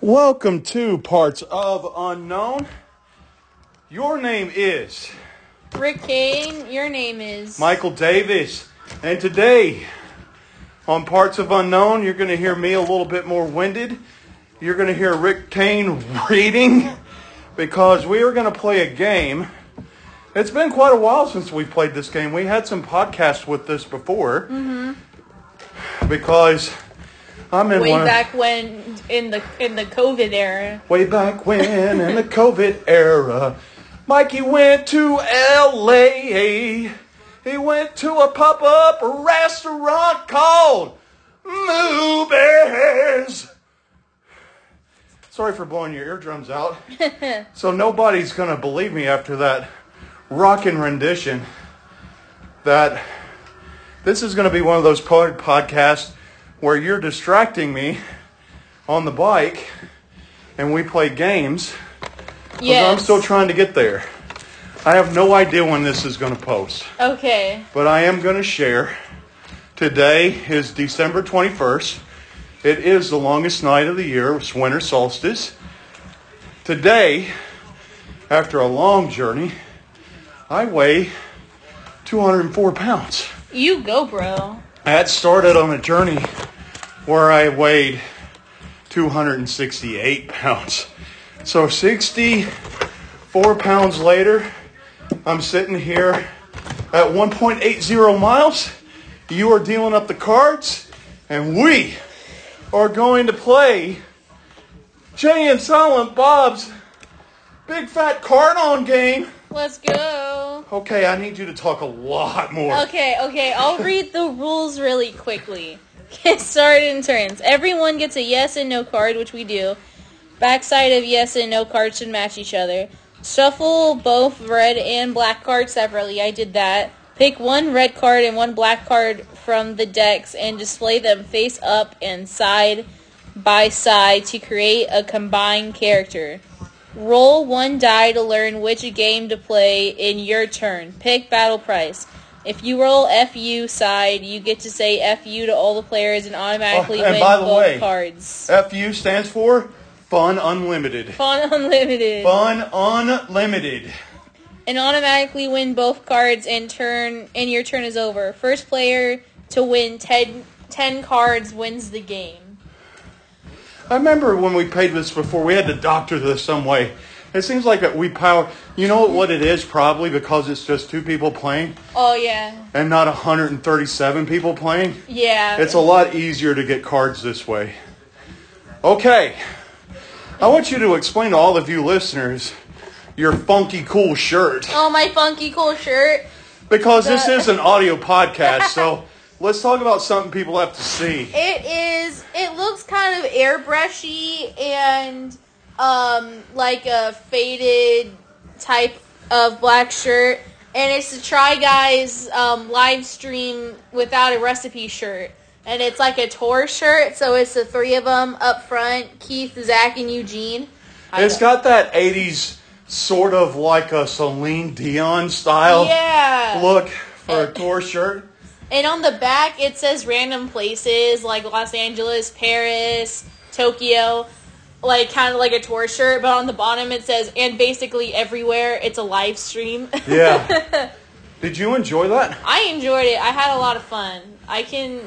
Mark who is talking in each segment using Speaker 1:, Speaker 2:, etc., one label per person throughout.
Speaker 1: Welcome to Parts of Unknown. Your name is
Speaker 2: Rick Kane, your name is.
Speaker 1: Michael Davis, and today on Parts of Unknown, you're going to hear me a little bit more winded. You're going to hear Rick Kane reading because we are going to play a game. It's been quite a while since we played this game. We had some podcasts with this before because I'm in
Speaker 2: Mm-hmm. way
Speaker 1: one of-
Speaker 2: back when in the in the COVID era.
Speaker 1: Way back when in the COVID era, Mikey went to LA. He went to a pop up restaurant called Movies. Sorry for blowing your eardrums out. so nobody's going to believe me after that rockin' rendition that this is going to be one of those pod- podcasts where you're distracting me on the bike and we play games.
Speaker 2: Yes.
Speaker 1: I'm still trying to get there. I have no idea when this is going to post,
Speaker 2: okay.
Speaker 1: but I am going to share. Today is December 21st. It is the longest night of the year. It's winter solstice. Today, after a long journey, I weigh 204 pounds.
Speaker 2: You go, bro.
Speaker 1: That started on a journey where I weighed 268 pounds. So 64 pounds later, I'm sitting here at 1.80 miles. You are dealing up the cards, and we are going to play Jay and Silent Bob's Big Fat Card On game.
Speaker 2: Let's go.
Speaker 1: Okay, I need you to talk a lot more.
Speaker 2: Okay, okay. I'll read the rules really quickly. Get started in turns. Everyone gets a yes and no card, which we do. Backside of yes and no cards should match each other. Shuffle both red and black cards separately. I did that. Pick one red card and one black card from the decks and display them face up and side by side to create a combined character. Roll one die to learn which game to play in your turn. Pick battle price. If you roll FU side, you get to say FU to all the players and automatically
Speaker 1: Oh, and
Speaker 2: win
Speaker 1: by the
Speaker 2: both
Speaker 1: way-
Speaker 2: cards.
Speaker 1: FU stands for Fun Unlimited.
Speaker 2: Fun Unlimited.
Speaker 1: Fun Unlimited.
Speaker 2: And automatically win both cards and turn and your turn is over. First player to win 10, 10 cards wins the game.
Speaker 1: I remember when we played this before, we had to doctor this some way. It seems like that we power. You know what it is, probably because it's just two people playing
Speaker 2: Oh yeah.
Speaker 1: and not 137 people playing.
Speaker 2: Yeah.
Speaker 1: It's a lot easier to get cards this way. Okay. I want you to explain to all of you listeners your funky cool shirt
Speaker 2: oh my funky cool shirt.
Speaker 1: because this
Speaker 2: The-
Speaker 1: is an audio podcast. So let's talk about something people have to see.
Speaker 2: It is it looks kind of airbrushy and um like a faded type of black shirt. And it's the Try Guys um, live stream without a recipe shirt. And it's like a tour shirt, so it's the three of them up front Keith, Zach, and Eugene. I
Speaker 1: It's got that 80s sort of like a Celine Dion style
Speaker 2: yeah. Eh.
Speaker 1: look for a tour shirt.
Speaker 2: And on the back, it says random places like Los Angeles, Paris, Tokyo, like kind of like a tour shirt. But on the bottom, it says, and basically everywhere, it's a live stream.
Speaker 1: Yeah. Did you enjoy that?
Speaker 2: I enjoyed it. I had a lot of fun. I can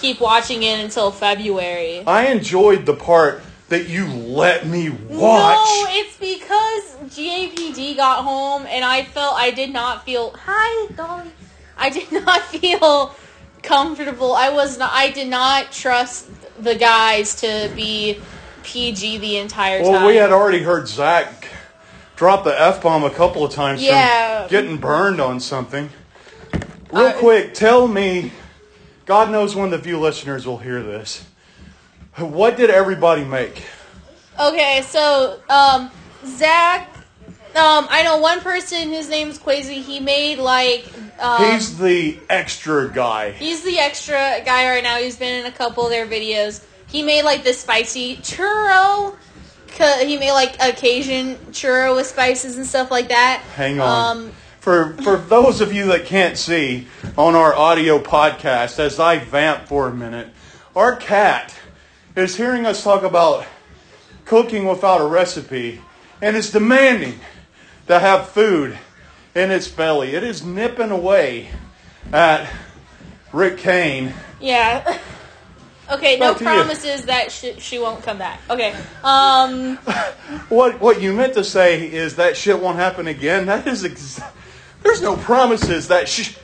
Speaker 2: keep watching it until February.
Speaker 1: I enjoyed the part that you let me
Speaker 2: No,
Speaker 1: watch.
Speaker 2: it's because GAPD got home and I felt I did not feel hi Dolly. I did not feel comfortable. I was not. I did not trust the guys to be PG the entire time.
Speaker 1: well, we had already heard Zach drop the F bomb a couple of times
Speaker 2: Yeah.
Speaker 1: from getting burned on something. Real
Speaker 2: Uh,
Speaker 1: quick, tell me, God knows when the few listeners will hear this. What did everybody make?
Speaker 2: Okay, so um, Zach. Um, I know one person. His name's Quasi. He made like. Um,
Speaker 1: He's the extra guy.
Speaker 2: He's the extra guy right now. He's been in a couple of their videos. He made like the spicy churro. Ca- He made like a Cajun churro with spices and stuff like that.
Speaker 1: Hang on.
Speaker 2: Um,
Speaker 1: for for those of you that can't see on our audio podcast, as I vamp for a minute, our cat is hearing us talk about cooking without a recipe, and it's demanding to have food in its belly. It is nipping away at Rick Kane.
Speaker 2: Yeah. Okay, no
Speaker 1: Back to you.
Speaker 2: promises that sh- she won't come back. Okay. Um,
Speaker 1: What what you meant to say is that shit won't happen again. That is ex- there's no promises that she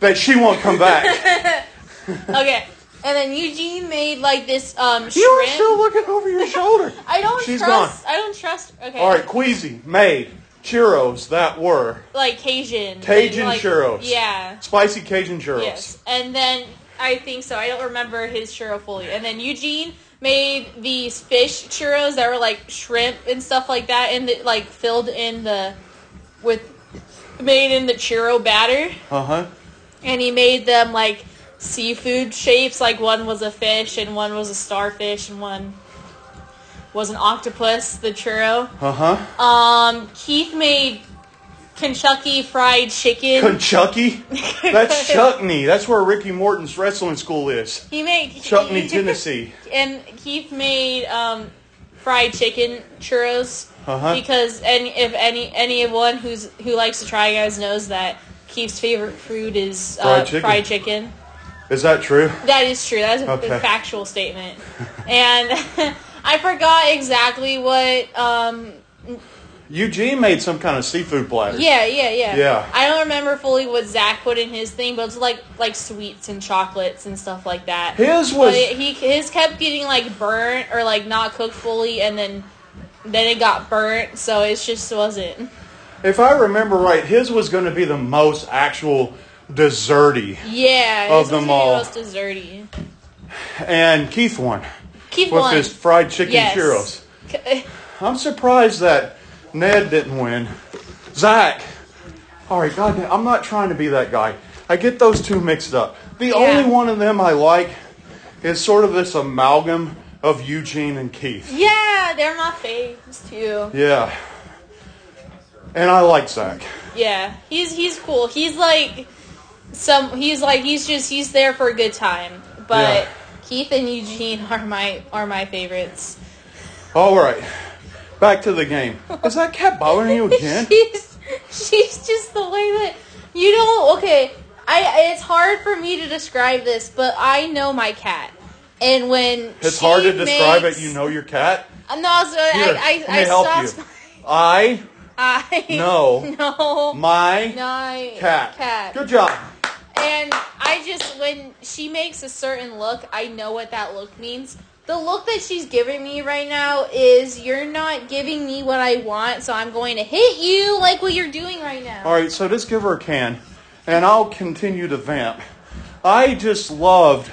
Speaker 1: that she won't come back.
Speaker 2: okay. And then Eugene made like this um shrimp.
Speaker 1: you are still looking over your shoulder.
Speaker 2: I don't
Speaker 1: She's
Speaker 2: trust. I don't trust. Okay.
Speaker 1: All right, Queasy made churros that were
Speaker 2: Like Cajun.
Speaker 1: Cajun
Speaker 2: and, like,
Speaker 1: churros.
Speaker 2: Yeah.
Speaker 1: spicy Cajun churros.
Speaker 2: Yes. And then I think so. I don't remember his churro fully. And then Eugene made these fish churros that were like shrimp and stuff like that, and it, like filled in the with made in the churro batter.
Speaker 1: Uh huh.
Speaker 2: and he made them like seafood shapes like one was a fish and one was a starfish and one was an octopus the churro
Speaker 1: Uh huh.
Speaker 2: um keith made kentucky fried chicken
Speaker 1: Kentucky. That's Chuckney. That's where Ricky Morton's wrestling school is.
Speaker 2: he made
Speaker 1: Chuckney, Tennessee.
Speaker 2: and keith made um fried chicken churros
Speaker 1: Uh-huh.
Speaker 2: because any if any anyone who's who likes to try guys knows that keith's favorite food is uh,
Speaker 1: Fried chicken.
Speaker 2: fried chicken
Speaker 1: Is that true?
Speaker 2: That is true. That's a
Speaker 1: Okay.
Speaker 2: factual statement. And I forgot exactly what. Um,
Speaker 1: Eugene made some kind of seafood platter.
Speaker 2: yeah, yeah, yeah.
Speaker 1: Yeah.
Speaker 2: I don't remember fully what Zach put in his thing, but it's like like sweets and chocolates and stuff like that.
Speaker 1: His
Speaker 2: but
Speaker 1: was
Speaker 2: it, he his kept getting like burnt or like not cooked fully, and then then it got burnt, so it just wasn't.
Speaker 1: If I remember right, his was going to be the most actual desserty,
Speaker 2: Yeah,
Speaker 1: Of
Speaker 2: his
Speaker 1: them
Speaker 2: was maybe
Speaker 1: all.
Speaker 2: most desserty.
Speaker 1: and Keith won
Speaker 2: Keith
Speaker 1: with
Speaker 2: won.
Speaker 1: his fried chicken
Speaker 2: Yes.
Speaker 1: churros. I'm surprised that Ned didn't win. Zach, all right, goddamn, I'm not trying to be that guy. I get those two mixed up. The only one of them I like is sort of this amalgam of Eugene and Keith.
Speaker 2: yeah, they're my faves too.
Speaker 1: Yeah, and I like Zach.
Speaker 2: Yeah, he's he's cool. He's like some. He's like he's just he's there for a good time. But
Speaker 1: Yeah.
Speaker 2: Keith and Eugene are my are my favorites.
Speaker 1: All right, back to the game. Is that cat bothering you again?
Speaker 2: she's she's just the way that you know. Okay, I it's hard for me to describe this, but I know my cat, and when
Speaker 1: It's
Speaker 2: she
Speaker 1: hard to describe
Speaker 2: makes-
Speaker 1: it. You know your cat.
Speaker 2: Uh, No, so
Speaker 1: Here,
Speaker 2: I
Speaker 1: let me
Speaker 2: I, I
Speaker 1: help
Speaker 2: stopped.
Speaker 1: you. I
Speaker 2: I
Speaker 1: know
Speaker 2: no
Speaker 1: my
Speaker 2: my
Speaker 1: cat.
Speaker 2: cat.
Speaker 1: Good job.
Speaker 2: And I just when she makes a certain look, I know what that look means. The look that she's giving me right now is you're not giving me what I want, so I'm going to hit you like what you're doing right now.
Speaker 1: All right, so just give her a can, and I'll continue to vamp. I just loved,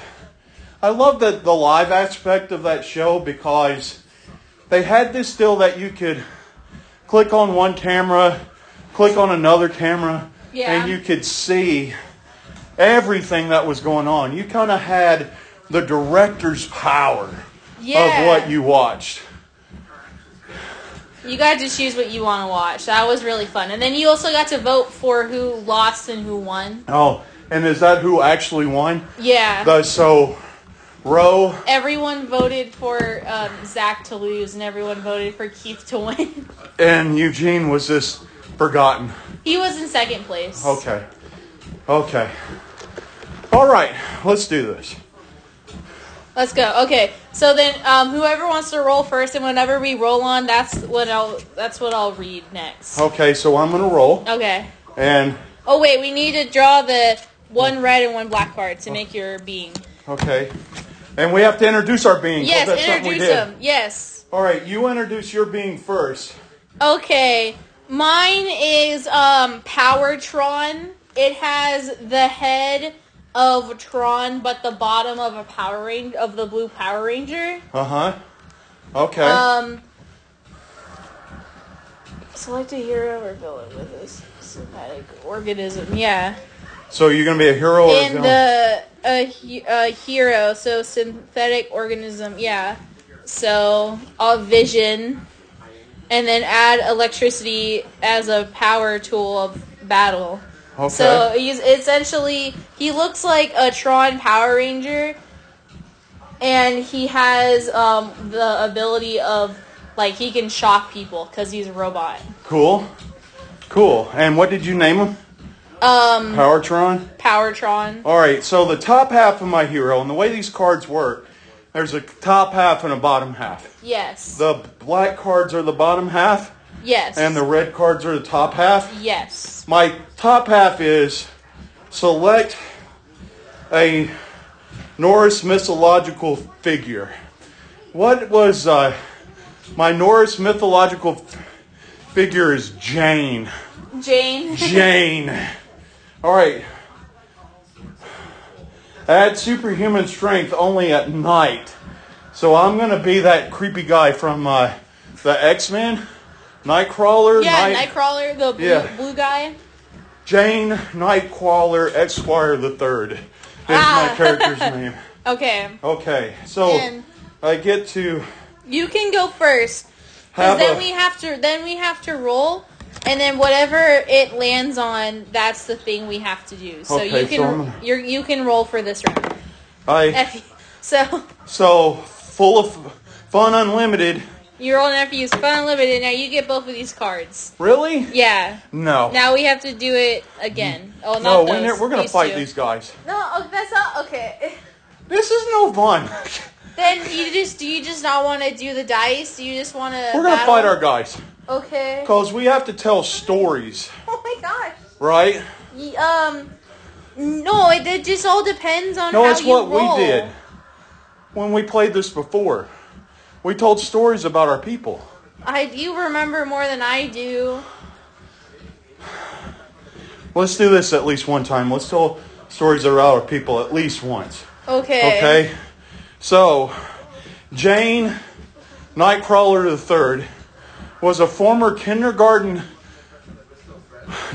Speaker 1: I loved the, the live aspect of that show because they had this deal that you could click on one camera, click on another camera,
Speaker 2: Yeah.
Speaker 1: and you could see everything that was going on. You kind of had the director's power
Speaker 2: Yeah.
Speaker 1: of what you watched.
Speaker 2: You got to choose what you want to watch. That was really fun. And then you also got to vote for who lost and who won.
Speaker 1: Oh, and is that who actually won?
Speaker 2: Yeah.
Speaker 1: The, so, Roe.
Speaker 2: everyone voted for um, Zach to lose, and everyone voted for Keith to win.
Speaker 1: and Eugene was just forgotten.
Speaker 2: he was in second place.
Speaker 1: Okay. Okay. All right, let's do this.
Speaker 2: Let's go. Okay. So then, um, whoever wants to roll first, and whenever we roll on, that's what I'll that's what I'll read next.
Speaker 1: Okay, so I'm going to roll.
Speaker 2: Okay.
Speaker 1: And,
Speaker 2: Oh wait, we need to draw the one red and one black card
Speaker 1: Oh.
Speaker 2: to make your being.
Speaker 1: okay. And we have to introduce our being. 'cause
Speaker 2: Yes,
Speaker 1: that's something we
Speaker 2: introduce
Speaker 1: did.
Speaker 2: them. Yes.
Speaker 1: All right, you introduce your being first.
Speaker 2: Okay. Mine is um Powertron. It has the head of Tron, but the bottom of a Power Ranger of the blue Power Ranger.
Speaker 1: Uh huh. Okay.
Speaker 2: Um, select a hero or villain with this somatic organism. Yeah,
Speaker 1: so you're going to be a hero or a
Speaker 2: in
Speaker 1: villain?
Speaker 2: the a, he- a hero, so synthetic organism. Yeah, so a vision, and then add electricity as a power tool of battle.
Speaker 1: okay.
Speaker 2: So he's essentially he looks like a Tron Power Ranger, and he has um, the ability of Like he can shock people because he's a robot.
Speaker 1: Cool. Cool. And what did you name him?
Speaker 2: Um,
Speaker 1: Powertron?
Speaker 2: Powertron.
Speaker 1: All right, so the top half of my hero, and the way these cards work, there's a top half and a bottom half.
Speaker 2: Yes.
Speaker 1: The black cards are the bottom half,
Speaker 2: yes.
Speaker 1: and the red cards are the top half.
Speaker 2: yes.
Speaker 1: My top half is select a Norse mythological figure. What was uh, my Norse mythological f- figure is Jane.
Speaker 2: Jane.
Speaker 1: Jane. All right. I had superhuman strength only at night. So I'm going to be that creepy guy from uh, the X-Men. Nightcrawler.
Speaker 2: yeah,
Speaker 1: Night-
Speaker 2: Nightcrawler, the blue,
Speaker 1: Yeah.
Speaker 2: blue guy.
Speaker 1: Jane Nightcrawler Esquire the Third is
Speaker 2: Ah.
Speaker 1: my character's name.
Speaker 2: Okay,
Speaker 1: Okay, so
Speaker 2: And-
Speaker 1: I get to
Speaker 2: you can go first. Because
Speaker 1: have
Speaker 2: then
Speaker 1: a-
Speaker 2: we have to then we have to roll, and then whatever it lands on, that's the thing we have to do. So
Speaker 1: Okay,
Speaker 2: you
Speaker 1: so I'm
Speaker 2: can
Speaker 1: gonna-
Speaker 2: you're, you can roll for this round.
Speaker 1: I
Speaker 2: If you- so
Speaker 1: so full of fun unlimited.
Speaker 2: you're rolling after you fun unlimited. Now you get both of these cards.
Speaker 1: Really?
Speaker 2: Yeah.
Speaker 1: No.
Speaker 2: Now we have to do it again. Oh, not
Speaker 1: no,
Speaker 2: those.
Speaker 1: we're, ne- we're gonna fight
Speaker 2: two.
Speaker 1: these guys.
Speaker 2: No, oh, that's not okay.
Speaker 1: This is no fun.
Speaker 2: Then you just do you just not want to do the dice? Do you just want to?
Speaker 1: We're gonna fight our guys
Speaker 2: Okay.
Speaker 1: because we have to tell stories,
Speaker 2: Oh my gosh.
Speaker 1: right?
Speaker 2: Ye- Um. No, it, it just all depends on
Speaker 1: No,
Speaker 2: how
Speaker 1: it's
Speaker 2: you
Speaker 1: what
Speaker 2: roll.
Speaker 1: we did when we played this before. We told stories about our people.
Speaker 2: I you remember more than I do.
Speaker 1: Let's do this at least one time. Let's tell stories about our people at least once.
Speaker 2: Okay.
Speaker 1: Okay? So, Jane Nightcrawler III was a former kindergarten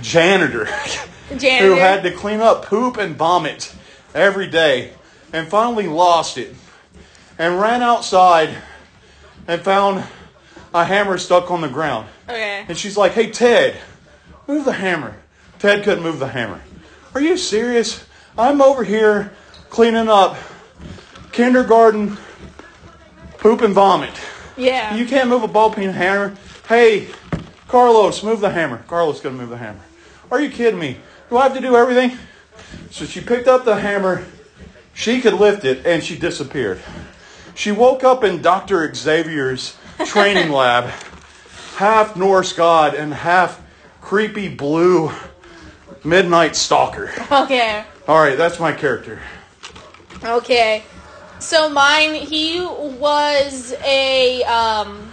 Speaker 1: janitor
Speaker 2: Janitor.
Speaker 1: who had to clean up poop and vomit every day and finally lost it and ran outside and found a hammer stuck on the ground.
Speaker 2: okay.
Speaker 1: And she's like, hey, Ted, move the hammer. Ted couldn't move the hammer. Are you serious? I'm over here cleaning up kindergarten poop and vomit.
Speaker 2: Yeah.
Speaker 1: You can't move a ball peen hammer. Hey, Carlos, move the hammer. Carlos couldn't move the hammer. Are you kidding me? Do I have to do everything? So she picked up the hammer. She could lift it, and she disappeared. She woke up in Dr. Xavier's training lab, half Norse god and half creepy blue midnight stalker.
Speaker 2: okay.
Speaker 1: All right, that's my character.
Speaker 2: Okay. So mine, he was a um,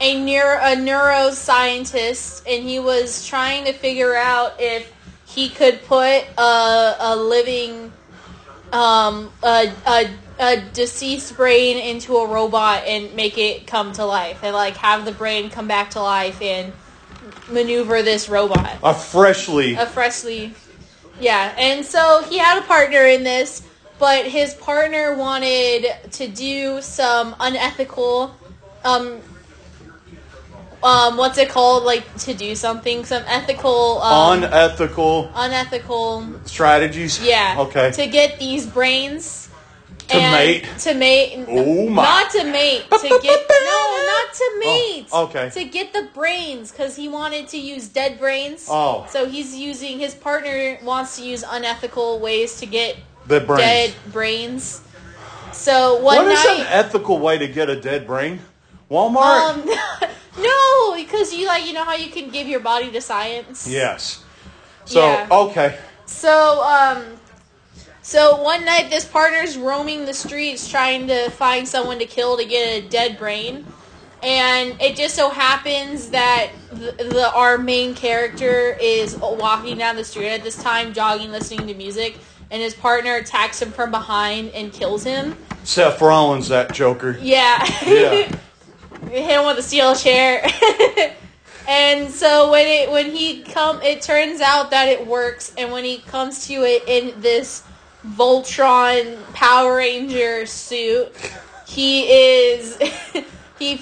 Speaker 2: a neuro a neuroscientist, and he was trying to figure out if he could put a a living um a a a deceased brain into a robot and make it come to life, and like have the brain come back to life and maneuver this robot
Speaker 1: A freshly
Speaker 2: a freshly yeah and so he had a partner in this but his partner wanted to do some unethical um um what's it called like to do something some ethical um,
Speaker 1: unethical
Speaker 2: unethical
Speaker 1: strategies.
Speaker 2: yeah
Speaker 1: Okay.
Speaker 2: to get these brains
Speaker 1: To mate?
Speaker 2: to mate
Speaker 1: Oh my.
Speaker 2: not to mate to get no not to mate
Speaker 1: Oh, okay.
Speaker 2: to get the brains because he wanted to use dead brains
Speaker 1: Oh.
Speaker 2: so he's using his partner wants to use unethical ways to get
Speaker 1: the brains.
Speaker 2: dead brains so one
Speaker 1: What is an
Speaker 2: night
Speaker 1: ethical way to get a dead brain? Walmart?
Speaker 2: um no because you like you know how you can give your body to science
Speaker 1: yes. So,
Speaker 2: yeah.
Speaker 1: okay.
Speaker 2: So, um, so one night this partner's roaming the streets trying to find someone to kill to get a dead brain, and it just so happens that the, the our main character is walking down the street at this time, jogging, listening to music, and his partner attacks him from behind and kills him.
Speaker 1: Seth Rollins, that Joker.
Speaker 2: Yeah.
Speaker 1: Yeah.
Speaker 2: hit him with a steel chair. and so when it when he come it turns out that it works and when he comes to it in this Voltron Power Ranger suit, he is he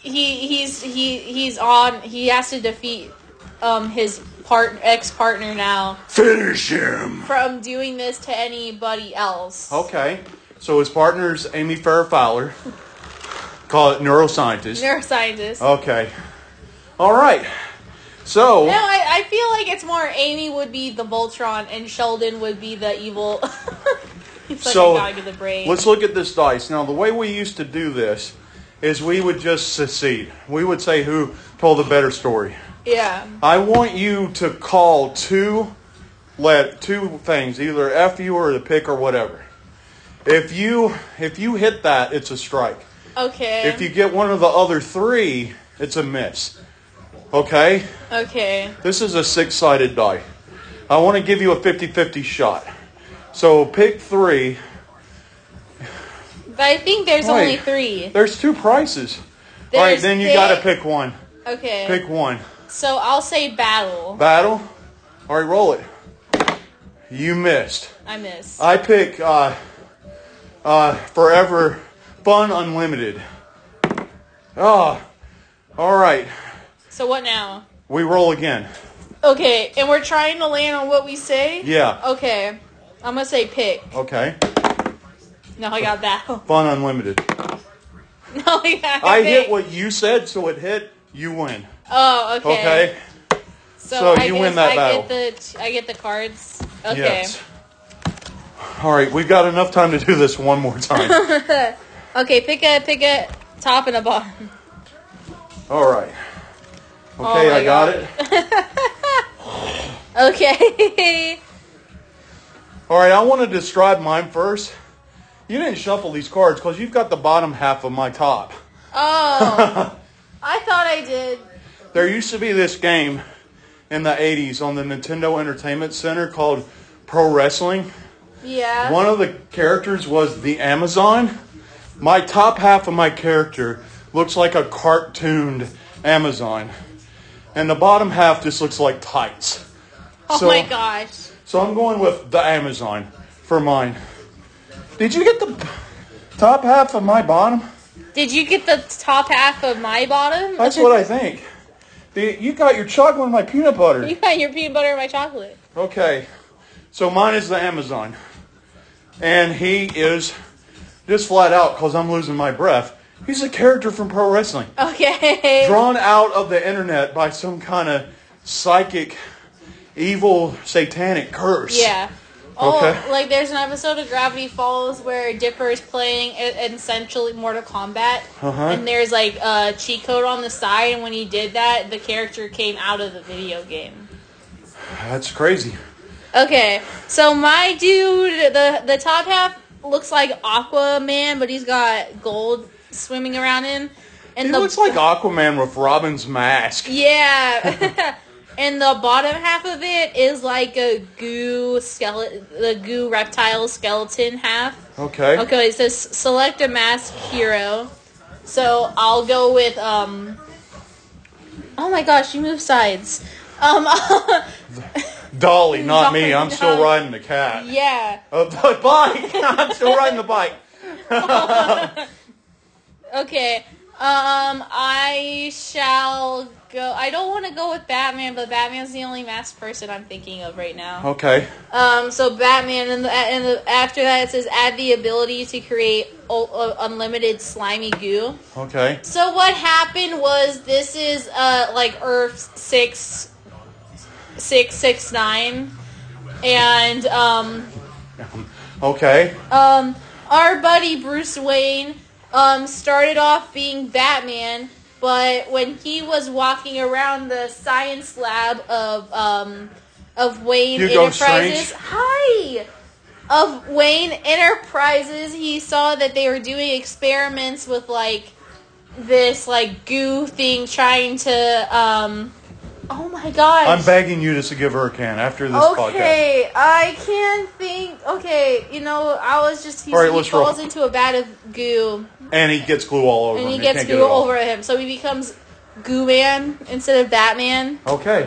Speaker 2: he he's he he's on he has to defeat um his part ex-partner now
Speaker 1: Finish him.
Speaker 2: from doing this to anybody else.
Speaker 1: Oh. Okay. So his partner's Amy Farrah Fowler. Call it neuroscientist.
Speaker 2: Neuroscientist.
Speaker 1: okay. All right. So
Speaker 2: No, I, I feel like it's more Amy would be the Voltron and Sheldon would be the evil. He's like
Speaker 1: So,
Speaker 2: a dog of the brain.
Speaker 1: Let's look at this dice. Now, the way we used to do this is we would just secede. We would say who told the better story.
Speaker 2: yeah.
Speaker 1: I want you to call two let two things, either F you or the pick or whatever. If you if you hit that, it's a strike.
Speaker 2: Okay.
Speaker 1: If you get one of the other three, it's a miss. Okay?
Speaker 2: okay.
Speaker 1: This is a six-sided die. I want to give you a 50-50 shot. So pick three.
Speaker 2: But I think there's
Speaker 1: Wait.
Speaker 2: only three.
Speaker 1: There's two prices. All right,
Speaker 2: There's
Speaker 1: then you
Speaker 2: pick-
Speaker 1: got to pick one.
Speaker 2: Okay.
Speaker 1: Pick one.
Speaker 2: So I'll say battle.
Speaker 1: Battle. All right, roll it. You missed.
Speaker 2: I miss.
Speaker 1: I pick uh, uh, Forever Fun Unlimited. Oh, all right.
Speaker 2: so what now?
Speaker 1: We roll again.
Speaker 2: Okay, and we're trying to land on what we say?
Speaker 1: Yeah.
Speaker 2: Okay. I'm gonna say pick.
Speaker 1: Okay.
Speaker 2: No, I got battle.
Speaker 1: Fun Unlimited.
Speaker 2: No, I got
Speaker 1: I
Speaker 2: pick.
Speaker 1: hit what you said, so it hit. You win.
Speaker 2: Oh, okay.
Speaker 1: Okay.
Speaker 2: So,
Speaker 1: So
Speaker 2: I
Speaker 1: you
Speaker 2: guess
Speaker 1: win that
Speaker 2: I
Speaker 1: battle.
Speaker 2: Get the, I get the cards. Okay.
Speaker 1: Yes. All right, we've got enough time to do this one more time.
Speaker 2: Okay, pick a pick a top and a bottom.
Speaker 1: All right. Okay,
Speaker 2: Oh my
Speaker 1: I got
Speaker 2: God.
Speaker 1: it.
Speaker 2: Okay.
Speaker 1: All right, I want to describe mine first. You didn't shuffle these cards because you've got the bottom half of my top.
Speaker 2: oh. I thought I did.
Speaker 1: There used to be this game in the 80s on the Nintendo Entertainment Center called Pro Wrestling.
Speaker 2: Yeah.
Speaker 1: One of the characters was the Amazon. My top half of my character looks like a cartooned Amazon, and the bottom half just looks like tights.
Speaker 2: oh
Speaker 1: so-
Speaker 2: my gosh.
Speaker 1: So I'm going with the Amazon for mine. Did you get the top half of my bottom?
Speaker 2: Did you get the top half of my bottom?
Speaker 1: That's what I think. The, you got your chocolate and my peanut butter.
Speaker 2: You got your peanut butter and my chocolate.
Speaker 1: Okay. So mine is the Amazon. And he is just flat out because I'm losing my breath. He's a character from pro wrestling.
Speaker 2: Okay.
Speaker 1: Drawn out of the internet by some kind of psychic, evil, satanic curse.
Speaker 2: Yeah. Oh,
Speaker 1: Okay.
Speaker 2: like there's an episode of Gravity Falls where Dipper is playing e- essentially Mortal Kombat,
Speaker 1: Uh-huh.
Speaker 2: and there's like a cheat code on the side, and when he did that, the character came out of the video game.
Speaker 1: That's crazy.
Speaker 2: Okay, so my dude, the the top half looks like Aquaman, but he's got gold swimming around him, and
Speaker 1: He
Speaker 2: the
Speaker 1: looks like Aquaman with Robin's mask.
Speaker 2: yeah. And the bottom half of it is like a goo skeleton, the goo reptile skeleton half.
Speaker 1: Okay.
Speaker 2: Okay, it says select a mask hero. So I'll go with um. Oh my gosh, you move sides. Um,
Speaker 1: Dolly, not me.
Speaker 2: Dolly,
Speaker 1: I'm still
Speaker 2: Dolly.
Speaker 1: riding the cat.
Speaker 2: yeah.
Speaker 1: Uh, the bike. I'm still riding the bike.
Speaker 2: Okay. Um, I shall go. I don't want to go with Batman, but Batman's the only masked person I'm thinking of right now.
Speaker 1: Okay.
Speaker 2: Um, so Batman, and, the, and the, after that it says add the ability to create o- uh, unlimited slimy goo.
Speaker 1: Okay.
Speaker 2: So what happened was this is uh like Earth six six six nine, and um
Speaker 1: Okay.
Speaker 2: um our buddy Bruce Wayne um started off being Batman, but when he was walking around the science lab of um of Wayne
Speaker 1: Hugo
Speaker 2: Enterprises,
Speaker 1: Strange.
Speaker 2: hi of Wayne Enterprises, he saw that they were doing experiments with like this like goo thing trying to um oh my gosh
Speaker 1: I'm begging you just to give her a can after this podcast.
Speaker 2: okay i can't think okay you know i was just he,
Speaker 1: All right,
Speaker 2: he
Speaker 1: let's roll.
Speaker 2: falls into a vat of goo
Speaker 1: And he gets glue all over
Speaker 2: and
Speaker 1: him.
Speaker 2: he gets
Speaker 1: can't get
Speaker 2: goo
Speaker 1: it off.
Speaker 2: over him so he becomes goo man instead of batman
Speaker 1: Okay.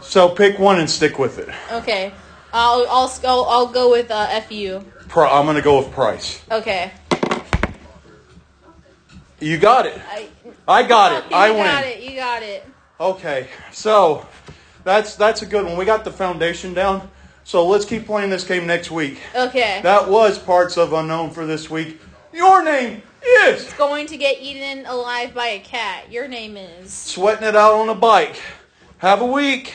Speaker 1: So pick one and stick with it.
Speaker 2: okay i'll i'll, s- I'll, I'll go with uh, fu
Speaker 1: Pri I'm going to go with Price.
Speaker 2: okay
Speaker 1: You got it.
Speaker 2: i
Speaker 1: I got it.
Speaker 2: Okay,
Speaker 1: I
Speaker 2: you
Speaker 1: win.
Speaker 2: got it you got it
Speaker 1: Okay. So that's that's a good one. We got the foundation down. So let's keep playing this game next week.
Speaker 2: okay
Speaker 1: That was parts of unknown for this week. Your name Yes.
Speaker 2: Going to get eaten alive by a cat. Your name is.
Speaker 1: Sweating it out on a bike. Have a week.